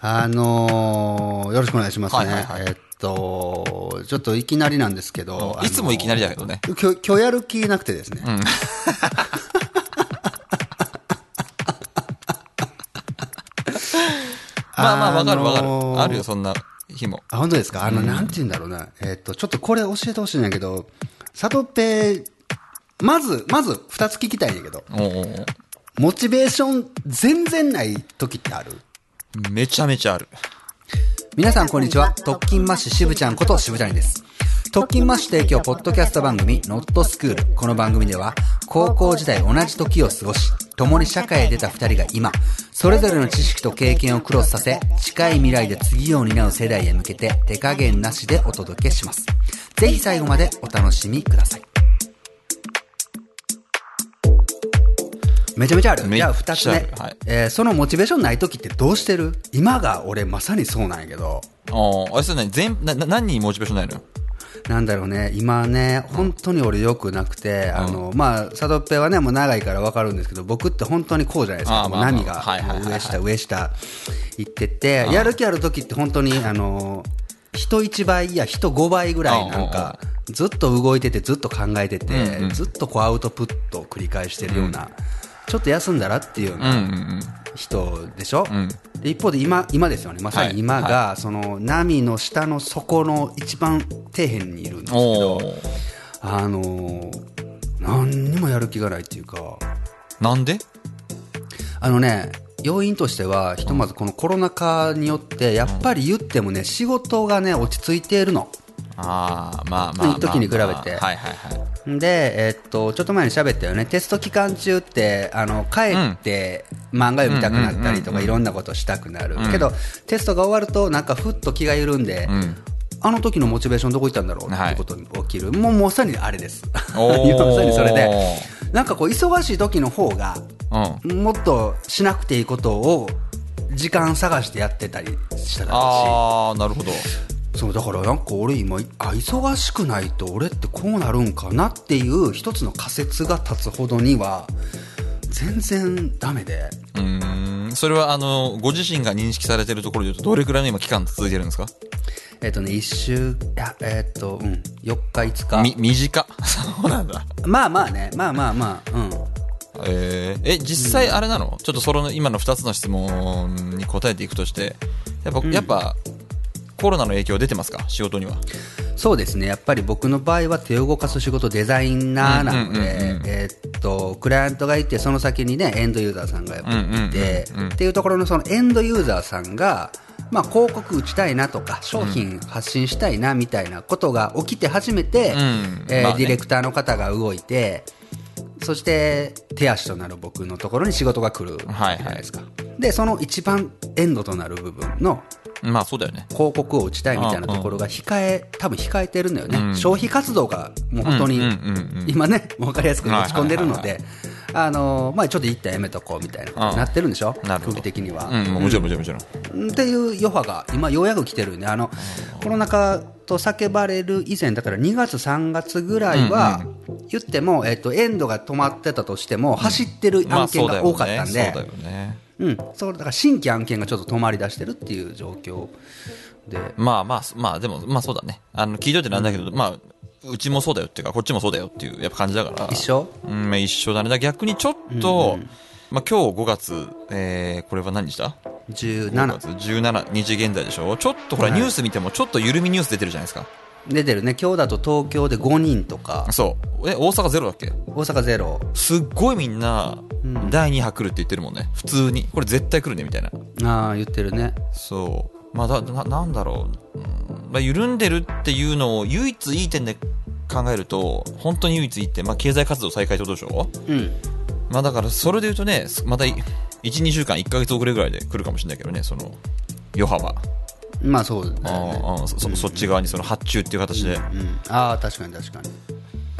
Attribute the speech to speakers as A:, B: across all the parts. A: あのーよろしくお願いしますね。
B: はいはいはい
A: えっと、ちょっといきなりなんですけど。
B: いつもいきなりだけどね
A: あのきょ、今日やる気なくてです ね。
B: まあまあ、わかるわか
A: あのー
B: る。あるよ、そんな日も。
A: あ、本当ですかあの、なんて言うんだろうな。えっと、ちょっとこれ教えてほしいんだけど、サトペ、まず、まず、二つ聞きたいんだけど、
B: おうおう
A: モチベーション全然ない時ってある
B: めちゃめちゃある。
A: 皆さんこんにちは。特勤マッシュ渋ちゃんこと渋谷です。特勤マッシュ提供ポッドキャスト番組ノットスクール。この番組では高校時代同じ時を過ごし、共に社会へ出た二人が今、それぞれの知識と経験をクロスさせ、近い未来で次を担う世代へ向けて手加減なしでお届けします。ぜひ最後までお楽しみください。めちゃめちゃある。じ
B: めっちゃ
A: ゃあ
B: ある
A: 二つ目。
B: はい
A: えーそのモチベーションない時ってどうしてる今が俺まさにそうなんやけど、
B: ああ、あれそれ何全、な、な何にモチベーションないのよ。
A: なんだろうね、今ね、本当に俺良くなくて、あの、まあ、サドッペはね、もう長いから分かるんですけど、僕って本当にこうじゃないです
B: あ
A: か。
B: ー
A: も
B: ま
A: う
B: あまあ
A: 波
B: はい
A: が
B: はいはい
A: もう上下上下行ってて、やる気ある時って本当に、あの、人1倍、いや、人5倍ぐらいなんか、ずっと動いてて、ずっと考えてて、ずっとこうアウトプットを繰り返してるような、ちょっと休んだらっていうよう
B: うんう
A: なん
B: うん。
A: 人でしょ、で一方で今今ですよねまさに今が、その波の下の底の一番底辺にいるんですけ
B: お
A: ど
B: お。
A: あのー何にもやる気がないっていうか
B: なんで
A: あのね要因としてはひとまずこのコロナ禍によってやっぱり言ってもね仕事がね落ち着いているの。
B: ああ、まあまあまあまあ。
A: 一時に比べて
B: はいはいは
A: で、えっと、ちょっと前に喋ったよね、テスト期間中って、あの、帰って漫画読みたくなったりとか、いろんなことしたくなる。けど、テストが終わると、なんかふっと気が緩んで、 あの時のモチベーションどこ行ったんだろうっ
B: はい
A: てことに起きる。もう、もうさにあれです。
B: おー
A: 今まさにそれで。なんかこう、忙しい時の方が、
B: い。うん。
A: もっとしなくていいことを、時間探してやってたりしたらしい。
B: ああ、なるほど。
A: そうだからなんか俺今あ忙しくないと俺ってこうなるんかなっていう一つの仮説が立つほどには全然ダメで
B: うーん。それは、あの、ご自身が認識されてるところで言うと、どれくらいの今期間続いてるんですか
A: えっ、とね1週いやえっ、とうん4日5
B: み
A: 日、
B: 短。 そうなんだ。
A: まあまあねまあまあまあうん
B: えーえ、実際あれなの、ちょっとその今の2つの質問に答えていくとして、やっぱ、やっぱ、コロナの影響出てますか仕事には。
A: そうですねやっぱり僕の場合は手を動かす仕事デザイナーなの
B: うんうん
A: でえっとクライアントがいてその先にねエンドユーザーさんがいてっていうところのそのエンドユーザーさんがまあ広告打ちたいなとか商品発信したいなみたいなことが起きて初めて
B: ん
A: え
B: まあ
A: ー
B: ね
A: ディレクターの方が動いてそして手足となる僕のところに仕事が来るじ
B: はい
A: ゃないですか。でその一番エンドとなる部分の
B: まあそうだよね。
A: 広告を打ちたいみたいなところが控え、多分控えてるんだよね、消費活動がもう本当に
B: うんうんうんうん
A: 今ね、 分かりやすく落ち込んでるの
B: はい
A: で、あのまあちょっと一旦やめとこうみたいなことになってるんでしょ、
B: なるほ
A: 空
B: ど
A: 気的には。
B: うん、もちろんもちろんもちろん。
A: っていう余波が今、ようやく来てるんで、あのコロナ禍と叫ばれる以前、だから2月、3月ぐらいは、言っても、えっとエンドが止まってたとしても、走ってる
B: まあ
A: 案件
B: そうだ
A: が
B: よね。
A: 多かったん
B: そう
A: で、
B: だよね。
A: うん、そうだから新規案件がちょっと止まりだしてるっていう状況で。
B: まあまあ、まあでも、まあそうだね。あの、聞いといてなんだけど、まあ、うちもそうだよっていうか、こっちもそうだよっていうやっぱ感じだから。
A: 一緒
B: うん、まあ一緒だね。だから逆にちょっと、まあ今日5月、えー、これは何日だ
A: 17
B: ?17 日現在でしょちょっとほら、
A: はい
B: ニュース見てもちょっと緩みニュース出てるじゃないですか。
A: 出てるね今日だと東京で5人とか
B: そう。え、大阪ゼロだっけ
A: 大阪ゼロ
B: すっごいみんな、第2波来るって言ってるもんね。普通に。これ絶対来るね、みたいな。
A: ああ言ってるね
B: そう。まあ、だ、な、なんだろう。うんまあ、緩んでるっていうのを唯一いい点で考えると、本当に唯一いい点、まあ、経済活動再開ってことでしょ
A: うん
B: まあ、だから、それで言うとね、すまたい、1、2週間、1ヶ月遅れぐらいで来るかもしれないけどね、その、余波は。
A: まあそうだよね
B: ああ、そ、そそっち側にその発注っていう形で。
A: うん、ああ確かに確か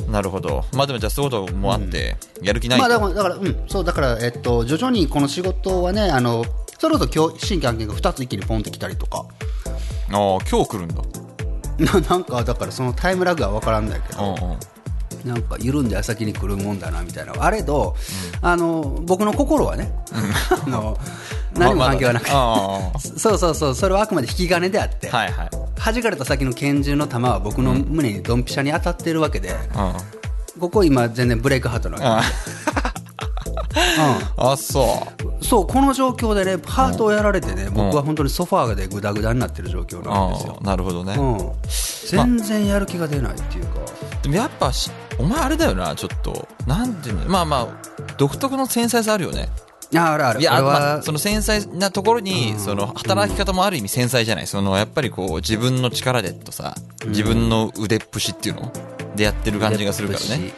A: に
B: なるほど。まあ、でもじゃあ、そういうこともあって、やる気ない。
A: まあだからだからうんそうだからえっと徐々にこの仕事はねあのそれこそ今日新規案件が2つ一気にポンってきたりとか
B: ああ、今日来るんだ。
A: ななんかだからそのタイムラグは分からんだけ
B: う
A: ど
B: んうん。
A: なんか緩んで先 に来るもんだなみたいなあれど、あの僕の心はね、あの何も関係はなくて、
B: ああ
A: そうそうそうそれはあくまで引き金であって、
B: はいはい。
A: 弾かれた先の拳銃の弾は僕の胸にドンピシャに当たってるわけで、
B: うん。
A: ここ今全然ブレイクハートなわ
B: あ
A: け、
B: あ、そ
A: うん、そうこの状況でねハートをやられてね僕は本当にソファーでグダグダになってる状況
B: う。
A: なんですよ、
B: うんなるほどね。
A: うん、全然やる気が出ないっていうか、
B: でもやっぱし、お前あれだよな、ちょっと。なんていうのまあまあ、独特の繊細さあるよね。
A: あ、あるある
B: いや、
A: 俺は、
B: まあ、その繊細なところに、その、働き方もある意味繊細じゃない。その、やっぱりこう、自分の力でとさ、自分の腕っぷしっていうのでやってる感じがするからね。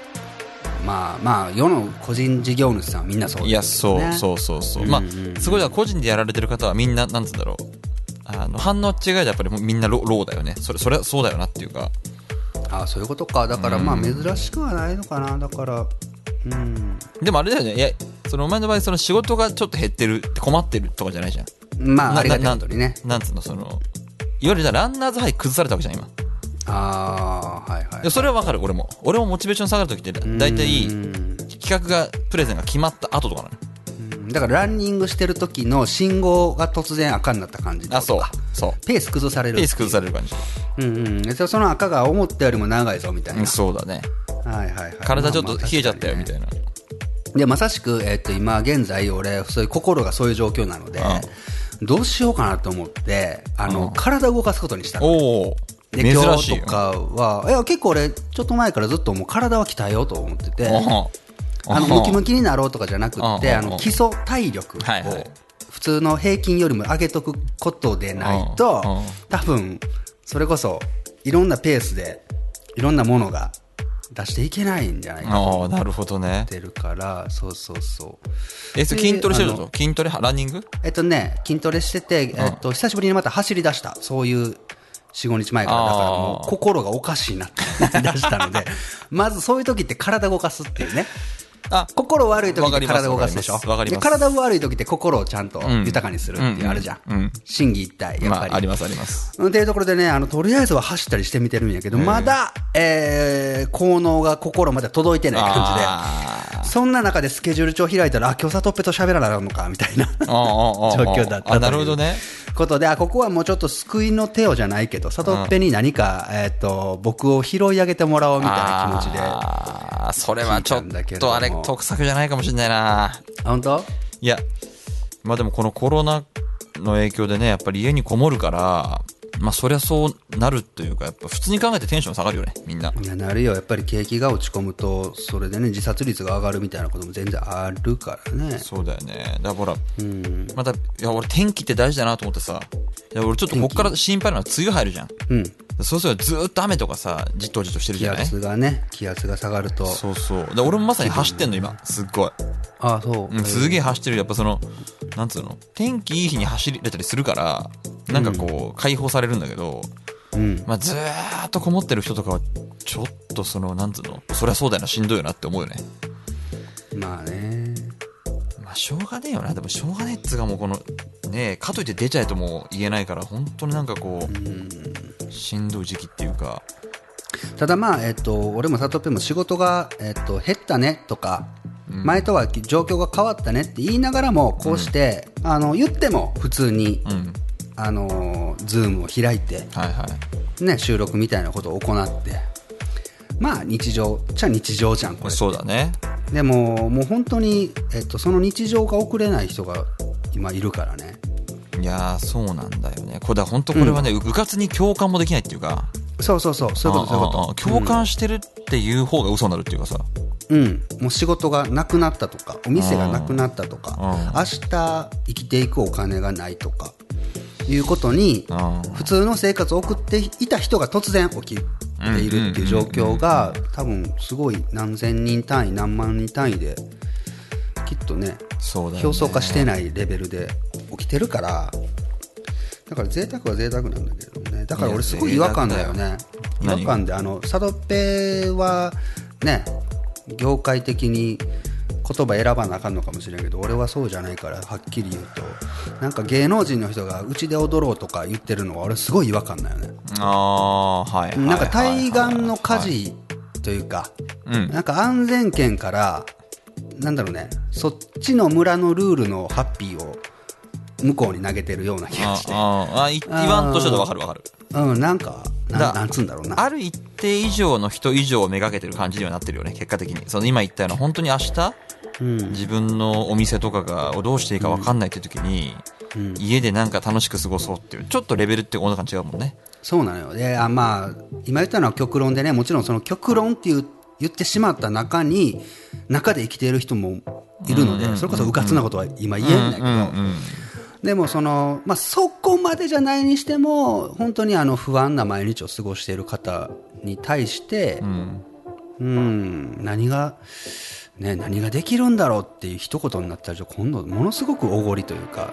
A: まあまあ世の個人事業主さんはみんなそうです
B: いや、そう、
A: ね
B: そうそうそう。
A: うん
B: ま
A: うんうん
B: あ、すごいだから個人でやられてる方はみんな、なんつうんだろう。あの、反応違いでやっぱりもうみんなロローだよね。それ、それはそうだよなっていうか。
A: あそういうことかだからまあ珍しくはないのかなだからうん
B: でもあれだよね。いや、そのお前の場合、その仕事がちょっと減ってる、困ってるとかじゃないじゃん。
A: まあ
B: な
A: ありがたいことにね
B: なんつうの、その、いわゆるじゃあランナーズハイ崩されたわけじゃん、今。
A: ああはいはい
B: でそれはわかる、俺も。俺もモチベーション下がるときって、だいたい
A: うん
B: 企画が、プレゼンが決まった後とかなのよ
A: うんだからランニングしてる時の信号が突然赤になった感じ
B: あ、そう
A: とか。
B: そ
A: ペース崩され
B: う。
A: る
B: ペース崩される感じ。
A: うんうんでその赤が思ったよりも長いぞみたいな、
B: うんそうだね。
A: はいはいはい
B: 体ちょっと冷えちゃったよ、
A: まあまあ確かにね
B: みたいな。
A: でまさしく、えっと今現在俺そういう心がそういう状況なので、どうしようかなと思ってあの、体を動かすことにしたの
B: おお
A: で
B: 珍
A: 今
B: しい
A: 日
B: よ
A: と。かはいや結構俺ちょっと前からずっともう体は鍛えようと思ってて
B: うん
A: あの
B: うん
A: ムキムキになろうとかじゃなくって
B: うん
A: あの基礎体力を
B: はいはい
A: 普通の平均よりも上げとくことでないと
B: うんうん
A: 多分それこそいろんなペースでいろんなものが出していけないんじゃないかなと
B: ああ、なるほどね
A: っ。てるからそうそうそう
B: え、それ筋トレしてる
A: であ
B: と筋トレランニング
A: えっとね、筋トレしてて、えっと、久しぶりにまた走り出した。そういう4、5日前から、だからも
B: あ
A: う
B: ー
A: 心がおかしいなって出したの で、まずそういう時って体動かすっていうね。
B: あ、
A: 心悪い時
B: わ
A: っ
B: か
A: て
B: ります
A: 体動かすでしょ
B: わかりますわかり
A: で、
B: ます
A: 体悪い時って心をちゃんと
B: ん
A: 豊かにするっていうあるじゃ
B: うんうん
A: ん。心技一体、やっ
B: ま
A: ぱり。
B: あ、ありますあります。
A: っていうところでね、あの、とりあえずは走ったりしてみてるんやけど、まだ、えー、効能が心まで届いてない感じで。
B: あ
A: そんな中でスケジュール帳開いたら、あ、今日サトッペと喋らなあかんのか、みたいな
B: ああああ
A: 状況だったという
B: あなるほどね。
A: ことで、あ、ここはもうちょっと救いの手をじゃないけど、サトッペに何か、えっ、と、僕を拾い上げてもらおうみたいな気持ちで。あ、
B: ああ、それはちょ
A: 聞いたんだけ
B: っ
A: ども
B: とあれ、得策じゃないかもしれないな。
A: 本当
B: いや、まあでもこのコロナの影響でね、やっぱり家にこもるから、まあそりゃそうなるというか、やっぱ普通に考えてテンション下がるよね、みんな。
A: いや、なるよ。やっぱり景気が落ち込むと、それでね、自殺率が上がるみたいなことも全然あるからね。
B: そうだよね。だからほら、また、いや俺天気って大事だなと思ってさ、いや俺ちょっとこっから心配なのは梅雨入るじゃん。
A: うん。
B: そうするとずーっと雨とかさ、じっとじっとしてるじ
A: 気
B: ゃない
A: 圧がね、気圧が下がると。
B: そうそう。で俺もまさに走ってんの今、すっごい。
A: あ、そう。
B: うん、すげえ走ってる。やっぱその、なんつうの天気いい日に走れたりするから、なんかこう、解放されるんだけど、
A: うん。
B: まあ、ずーっとこもってる人とかは、ちょっとその、なんつうのそりゃそうだよな、しんどいよなって思うよね。
A: まあね。
B: まあ、しょうがねえよな。でも、しょうがねえっつうかもうこの、ねえ、かといって出ちゃえとも言えないから、本当になんかこう、しんどい時期っていうか、
A: ただまあ、えっと、俺もサトペも仕事が、えっと、減ったねとか、前とは状況が変わったねって言いながらも、こうして、あの、言っても普通に、
B: うん。
A: あのー、ズームを開いて、
B: はいはい。
A: ね、収録みたいなことを行って、まあ日常っちゃ日常じゃん、これ。
B: そうだね。
A: でも、もう本当に、えっと、その日常が送れない人が今いるからね。
B: いやー、そうなんだよね。これだ、本当これはね、ううかつに共感もできないっていうか、
A: そうそうそう、そういうこと、そういう
B: ああ
A: こ
B: あ共感してるっていう方が嘘になるっていうかさ、
A: と。うん。もう仕事がなくなったとか、お店がなくなったとか、明日生きていくお金がないとか、いうことに、
B: う
A: 普通の生活を送っていた人が突然起きているっていう状況が多分すごい何千人単位何万人単位できっとね
B: ん、そうだよね
A: 表層化してないレベルで起きてるからだから贅沢は贅沢なんだけどねだから俺すごい違和感だよね違
B: 贅沢だ
A: 和
B: よ
A: 感であのサドペはね業界的に言葉選ばなあかんのかもしれんけど俺はそうじゃないからはっきり言うとなんか芸能人の人がうちで踊ろうとか言ってるのは俺すごい違和感だよね
B: ああーはいはいはい
A: なんか対岸の火
B: はい
A: 事というか、
B: うん
A: なんか安全圏から、なんだろうね、そっちの村のルールのハッピーを向こうに投げてるような気が
B: あ
A: して。
B: ああい言わんとしてと分かる分かる
A: うん、なんか、な
B: だ
A: なんつうんだろうな。
B: ある一定以上の人以上をめがけてる感じにはなってるよね結果的にその今言ったような本当に明日
A: うん。
B: 自分のお店とかがをどうしていいか分かんないって時
A: う
B: に、
A: ん
B: 家でなんか楽しく過ごそうっていうちょっとレベルって温度感違うもんね
A: そうなのよ。で、あまあ、今言ったのは極論でね、もちろんその極論っていう言ってしまった中に、中で生きている人もいるので、それこそうかつなことは今言えないけど、
B: うん
A: でもその、まあ、そこまでじゃないにしても、本当にあの不安な毎日を過ごしている方に対して、
B: うん
A: うん、何が、ね、何ができるんだろうっていう一言になったら、今度、ものすごくおごりというか、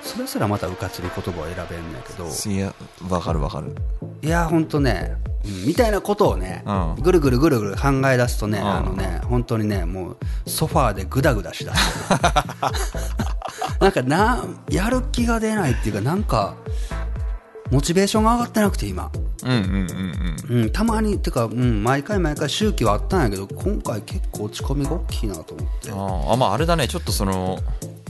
A: それすらまたうかつに言葉を選べんだけど、
B: いや分かる分かる
A: いや、本当ね、うんみたいなことをね、
B: うん
A: ぐるぐるぐるぐる考え出すとね、
B: ん
A: あのね、本当にね、もう、ソファーでぐだぐだしだす、 なんかな、やる気が出ないっていうか、なんか、モチベーションが上がってなくて、今。
B: うんうんうんうん
A: うん、たまに、てか、うん、毎回毎回周期はあったんやけど、今回結構落ち込みが大きいなと思って。
B: あーあまああれだねちょっとその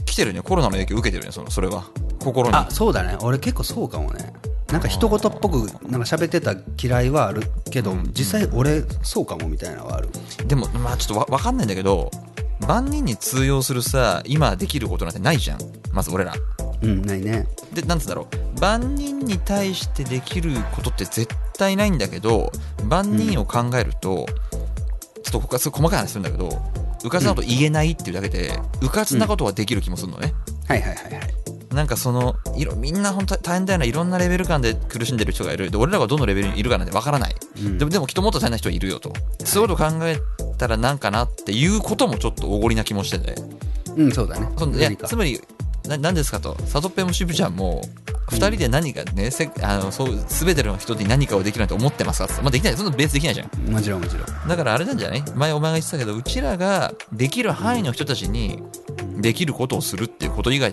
B: 来てるねコロナの影響受けてるねそのそれは心に
A: あ、そうだね。俺結構そうかもね。なんか一言っぽく、なんか喋ってた嫌いはあるけど、実際俺そうかもみたいなのはある。
B: でもまあちょっとわ分かんないんだけど万人に通用するさ今できることなんてないじゃんまず俺ら
A: うん、ないね。
B: でなんつうんだろう万人に対してできることって絶対ないんだけど万人を考えると、ちょっとここはすごい細かい話するんだけどうかつなこと言えないっていうだけで、うかつなことはできる気もするのね、
A: はいはいはいはい。
B: なんかそのいろみんな本当大変だよないろんなレベル感で苦しんでる人がいるで俺らがどのレベルにいるかなんてわからない、
A: うん
B: でもでもきっともっと大変な人はいるよと、そういうこと考えたらなんかなっていうこともちょっとおごりな気もしてて
A: うん、そうだね。
B: そのいや
A: 何か
B: つまりな何ですかとサトペもシブちゃんも2人で何かね、せあのそう全ての人に何かをできるなんて思ってますかって言ったらまあ、できないそんなベースできないじゃん
A: もちろんもちろん。
B: だからあれなんじゃない前お前が言ってたけどうちらができる範囲の人たちにできることをするっていうこと以外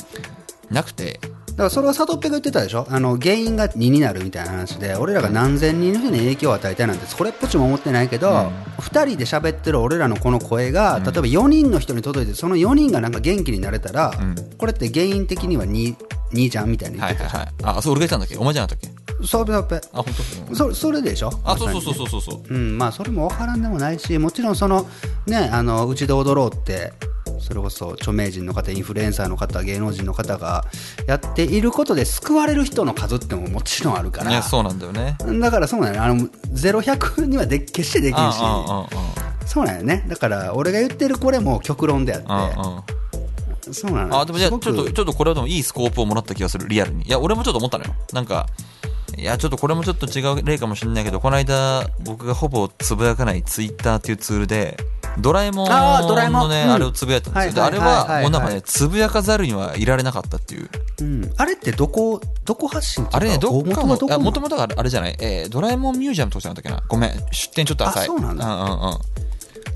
B: なくて
A: だからそれはサトッペが言ってたでしょあの、原因が2になるみたいな話で、俺らが何千人の人に影響を与えたいなんて、それっぽっちも思ってないけど、2人で喋ってる俺らのこの声が、例えば4人の人に届いて、その4人がなんか元気になれたら、これって原因的には 2, 2じゃんみたいな言
B: は
A: っ
B: い
A: て
B: は
A: た
B: い
A: じゃん。
B: はいあそう俺が言ってたんだっけお前じゃなかったっけ
A: サトペ
B: あ本当
A: そそれでしょ
B: あそうそうそうそうそうそう
A: うん、まあそれも分からんでもないしもちろんそのねあのうちで踊ろうってそれこそ著名人の方インフルエンサーの方芸能人の方がやっていることで救われる人の数ってももちろんあるから
B: ねそうなんだよね
A: だからそうなんやねあの0100にはで決してできんし
B: あ
A: そうなんやねだから俺が言ってるこれも極論であ
B: ああああ
A: っ
B: ああ
A: てそうなのよ
B: あでもじゃあ
A: す
B: ちょ
A: ご
B: っ
A: く
B: とちょっとこれはでもいいスコープをもらった気がするリアルにいや俺もちょっと思ったのよなんかいやちょっとこれもちょっと違う例かもしれないけどこの間僕がほぼつぶやかないツイッターっていうツールでドラえもん
A: あードラえも
B: の
A: ん
B: ね
A: うん
B: あれをつぶやいたんですよで
A: はいは
B: あれ
A: いはいはい
B: はもうなんかねつぶやかざるにはいられなかったっていう
A: うん、あれってどこどこ発信っていう
B: あれねどっか
A: 大元は
B: の
A: どこな
B: あ
A: の
B: もともとがあれじゃないえードラえもんミュージアムとかじゃなかったっけなごめん出店ちょっと浅い
A: あそうなんだ
B: うんうんうん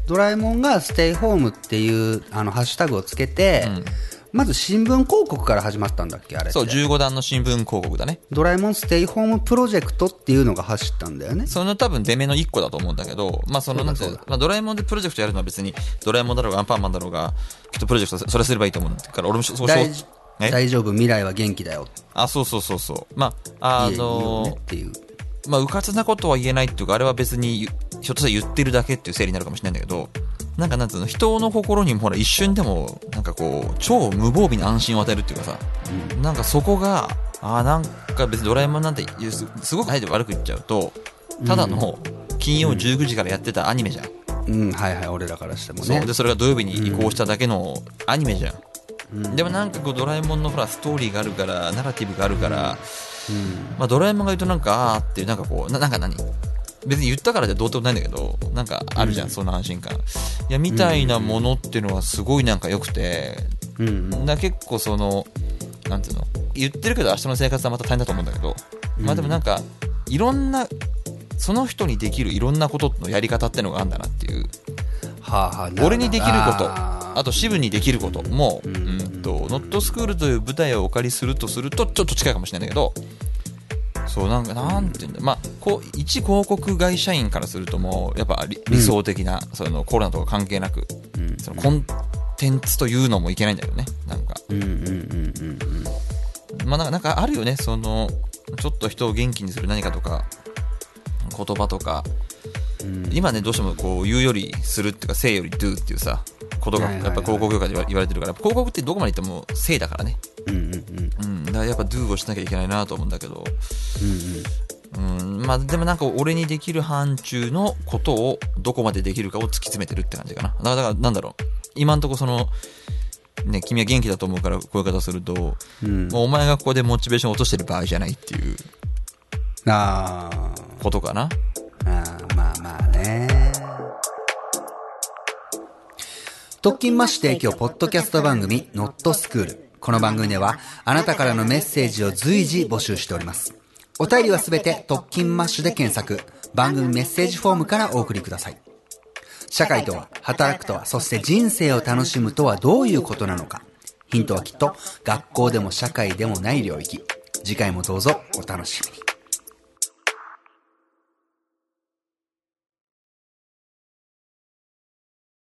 A: ドラえもんがステイホームっていうあのハッシュタグをつけて、まず新聞広告から始まったんだっけあれって
B: そう15段の新聞広告だね
A: ドラえもんステイホームプロジェクトっていうのが走ったんだよね。
B: その多分出目の1個だと思うんだけど、まあそのなんていうのまあ、ドラえもんでプロジェクトやるのは別にドラえもんだろうがアンパンマンだろうが、きっとプロジェクトそれすればいいと思うんだから、俺もそそう
A: 大
B: そうえ
A: 大丈夫、未来は元気だよ。
B: あ、そうそうそうそう。まあ、あ
A: いいよね
B: の
A: っていう。
B: まあ、うかつなことは言えないっていうか、あれは別に、ひょっとしたら言ってるだけっていう整理になるかもしれないんだけど、なんかなんつうの、人の心にもほら一瞬でも、なんかこう、超無防備な安心を与えるっていうかさ、なんかそこが、ああ、なんか別にドラえもんなんて言うす、すごくあえて悪く言っちゃうと、ただの金曜19時からやってたアニメじゃん。
A: うん、はいはい、俺らからしても
B: そ
A: ね
B: う。でそれが土曜日に移行しただけのアニメじゃん、でもなんかこうドラえもんのほらストーリーがあるからナラティブがあるから、まあ、ドラえもんが言うとなんかあーっていうなんかこうななんか何別に言ったからじゃどうってことないんだけどなんかあるじゃん、そんな安心感いやみたいなものっていうのはすごいなんか良くて、
A: うんうん、
B: な結構そのなんていうの言ってるけど明日の生活はまた大変だと思うんだけど、まあでもなんかいろんなその人にできるいろんなことのやり方ってのがあるんだなっていう
A: はあはあなるほど
B: 俺にできること
A: あ
B: あと支部にできることも、うんとノットスクールという舞台をお借りするとするとちょっと近いかもしれないんだけどそうなんかなんていうんだまあこう一広告会社員からするともうやっぱ理理想的な、そのコロナとか関係なく、そのコンテンツというのもいけないんだよねなんか
A: ーうんうんうんうんうん。
B: まあなんかなんかあるよねそのちょっと人を元気にする何かとか言葉とか
A: うん
B: 今ねどうしてもこう言うよりするっていうかせいより do っていうさことが
A: はいはいはい
B: やっぱ広告業界で言わ言われてるから広告ってどこまで行ってもせいだからね、
A: うんうんうん
B: うん、だからやっぱ do をしなきゃいけないなと思うんだけど、
A: うんうん
B: うんまあ、でもなんか俺にできる範疇のことをどこまでできるかを突き詰めてるって感じかなだからだからなんだろう今んとこそのね君は元気だと思うからこういう言い方すると、
A: うん
B: もうお前がここでモチベーション落としてる場合じゃないっていう
A: あー
B: ことかな
A: あーまあまあね特勤マッシュ提供ポッドキャスト番組「ノットスクールこの番組ではあなたからのメッセージを随時募集しておりますお便りはすべて特勤マッシュで検索番組メッセージフォームからお送りください社会とは、働くとは、そして人生を楽しむとはどういうことなのか。ヒントはきっと、学校でも社会でもない領域。次回もどうぞお楽しみに。